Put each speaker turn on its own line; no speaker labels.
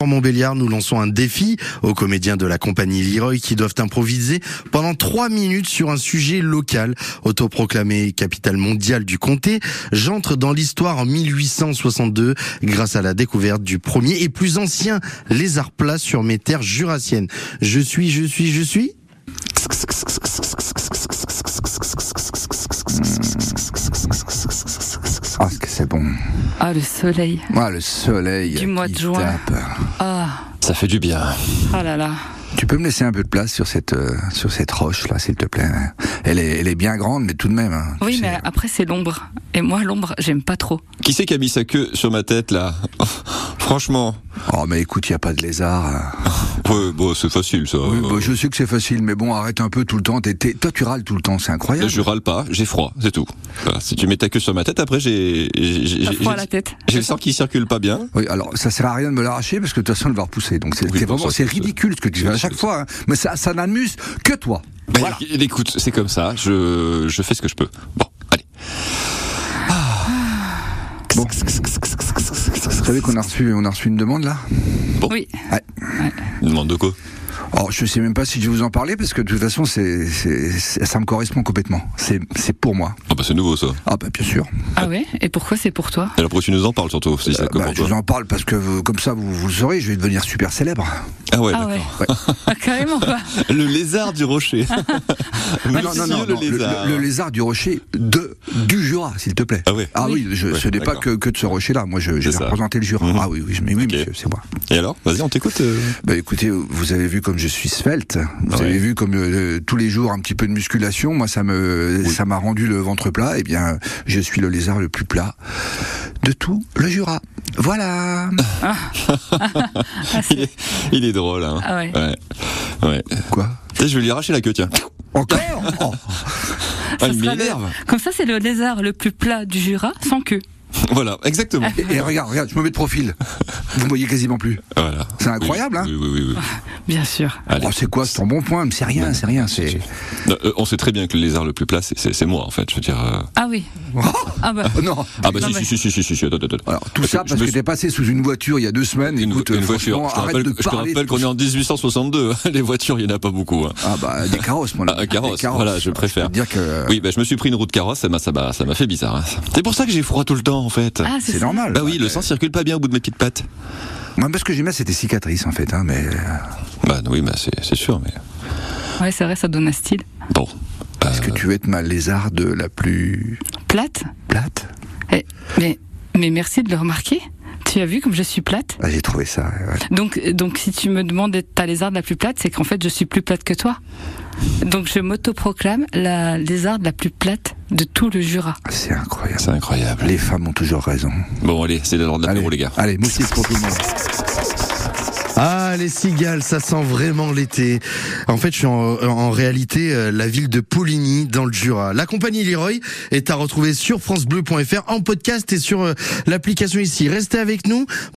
En Montbéliard, nous lançons un défi aux comédiens de la compagnie Leroy qui doivent improviser pendant trois minutes sur un sujet local. Autoproclamé capitale mondiale du comté, j'entre dans l'histoire en 1862 grâce à la découverte du premier et plus ancien lézard plat sur mes terres jurassiennes. Je suis, je suis, je suis
Ah, ce que c'est bon.
Ah, le soleil.
Ah, le soleil.
Du mois de
qui
juin.
tape.
Ah,
Ça fait du bien.
ah là là.
Tu peux me laisser un peu de place sur cette, euh, sur cette roche, là, s'il te plaît. Elle est, elle est bien grande, mais tout de même. hein, tu
Oui,
sais.
mais après, c'est l'ombre. Et moi, l'ombre, j'aime pas trop.
Qui c'est qui a mis sa queue sur ma tête là Franchement,
Oh, mais écoute, il n'y a pas de lézard. hein.
ouais, bon, c'est facile ça.
Oui, bah, je sais que c'est facile, mais bon, arrête un peu tout le temps. T'es- t'es- Toi, tu râles tout le temps, c'est
Là,
incroyable.
je râle pas, j'ai froid, c'est tout. Voilà, si tu mets ta queue sur ma tête, après j'ai j'ai- j'ai-
T'as
j'ai-
froid à la tête.
j'ai le sang qui circule pas bien.
Oui, alors ça sert à rien de me l'arracher parce que de toute façon, elle va repousser. Donc c'est
Oui,
c'est
bon,
vraiment,
ça,
c'est
c'est-
ridicule ce que tu fais à
c'est-
chaque fois. hein. Mais ça, ça n'amuse que toi.
Bah,
Voilà.
é- Écoute, c'est comme ça, je, je fais ce que je peux. Bon, allez.
Bon. Vous savez qu'on a reçu, on a reçu une demande là.
Oui.
Demande de quoi
Alors, je sais même pas si je vais vous en parler parce que de toute façon, c'est, c'est, c'est- ça me correspond complètement. C'est, c'est pour moi.
Ah bah c'est nouveau ça.
Ah bah bien sûr.
Ah ouais Et pourquoi c'est pour toi
Alors pourquoi tu nous en parles surtout si c'est
Euh,
d'accord
bah,
pour
je vous
toi
en parle parce que vous- comme ça, vous, vous le saurez, je vais devenir super célèbre.
Ah ouais,
Ah
d'accord.
ouais. Ah, carrément pas.
Le lézard du rocher. Monsieur Ah, le
le,
lézard.
le- le lézard du rocher de du Jura, s'il te plaît.
Ah ouais.
Ah oui, je,
Ouais,
ce n'est pas
d'accord.
que, que de ce rocher-là. Moi, je, j'ai
ça.
représenté le Jura.
Mhm.
Ah oui, oui, mais oui,
Ok.
monsieur, c'est moi.
Et alors Vas-y, on t'écoute. euh.
Bah écoutez, vous avez vu comme je suis svelte. Vous
Ouais.
avez vu comme euh, tous les jours un petit peu de musculation. Moi, ça me,
Oui.
ça m'a rendu le ventre plat. Eh bien, je suis le lézard le plus plat de tout le Jura. Voilà.
Ah,
Il
c'est-
est, il est drôle, hein.
Ah ouais.
Ouais. Ouais.
Quoi
Tiens, je vais lui arracher la queue, tiens.
Encore Oh,
Ah,
ça
il
sera le-
m'énerve.
Comme ça, c'est le lézard le plus plat du Jura, sans queue.
Voilà, exactement.
et, et regarde, regarde, je me mets de profil. Vous me voyez quasiment plus.
Voilà.
C'est incroyable, hein
Oui, oui, oui. oui.
Bien sûr.
Allez.
Oh, c'est quoi C'est un bon point, mais c'est rien, c'est rien. C'est.
Non, euh, on sait très bien que le lézard le plus plat, c'est- c'est c'est moi, en fait. Je veux dire. euh.
Ah oui. Ah bah.
Oh, non.
Ah, bah
Non,
si,
mais-
si, si, si, si, si, si, attends, attends, attends.
Alors tout
Parce
ça
que
parce
je
que
me
t'es passé sous une voiture il y a deux semaines.
Une,
Écoute,
une
euh,
voiture,
franchement,
je te
arrête
rappelle,
de
je te
parler.
rappelle qu'on est en 1862. hein. Les voitures, il n'y en a pas beaucoup. hein.
Ah bah des carrosses, mon
Ah, un
ami.
carrosse,
Des carrosses.
voilà, je
peux
préfère.
te dire que
Oui, bah, je me suis pris une route carrosse, ça m'a ça m'a- ça m'a fait bizarre. hein. C'est pour ça que j'ai froid tout le temps, en fait.
Ah,
c'est
ça.
normal.
bah oui,
Ouais.
le sang circule pas bien au bout de mes petites pattes.
Moi, parce que j'aimais, c'était cicatrice en fait, hein, mais euh,
Bah oui, bah, c'est c'est sûr, mais
Ouais, c'est vrai, ça donne un style.
bon. Euh,
est-ce que tu veux être ma lézarde la plus
Plate
plate
Eh, mais, mais merci de le remarquer. Tu as vu comme je suis plate
ah, J'ai trouvé ça. ouais.
Donc, donc si tu me demandes d'être ta lézarde la plus plate, c'est qu'en fait, je suis plus plate que toi. Donc, je m'autoproclame la lézarde la plus plate de tout le Jura.
C'est incroyable.
C'est incroyable.
Les femmes ont toujours raison.
Bon, allez, c'est l'heure de l'apéro, les gars.
allez, moustique pour tout le monde.
Ah, les cigales, ça sent vraiment l'été. En fait, je suis en, en réalité euh, la ville de Poligny, dans le Jura. La compagnie Leroy est à retrouver sur francebleu.fr, en podcast et sur euh, l'application ici. Restez avec nous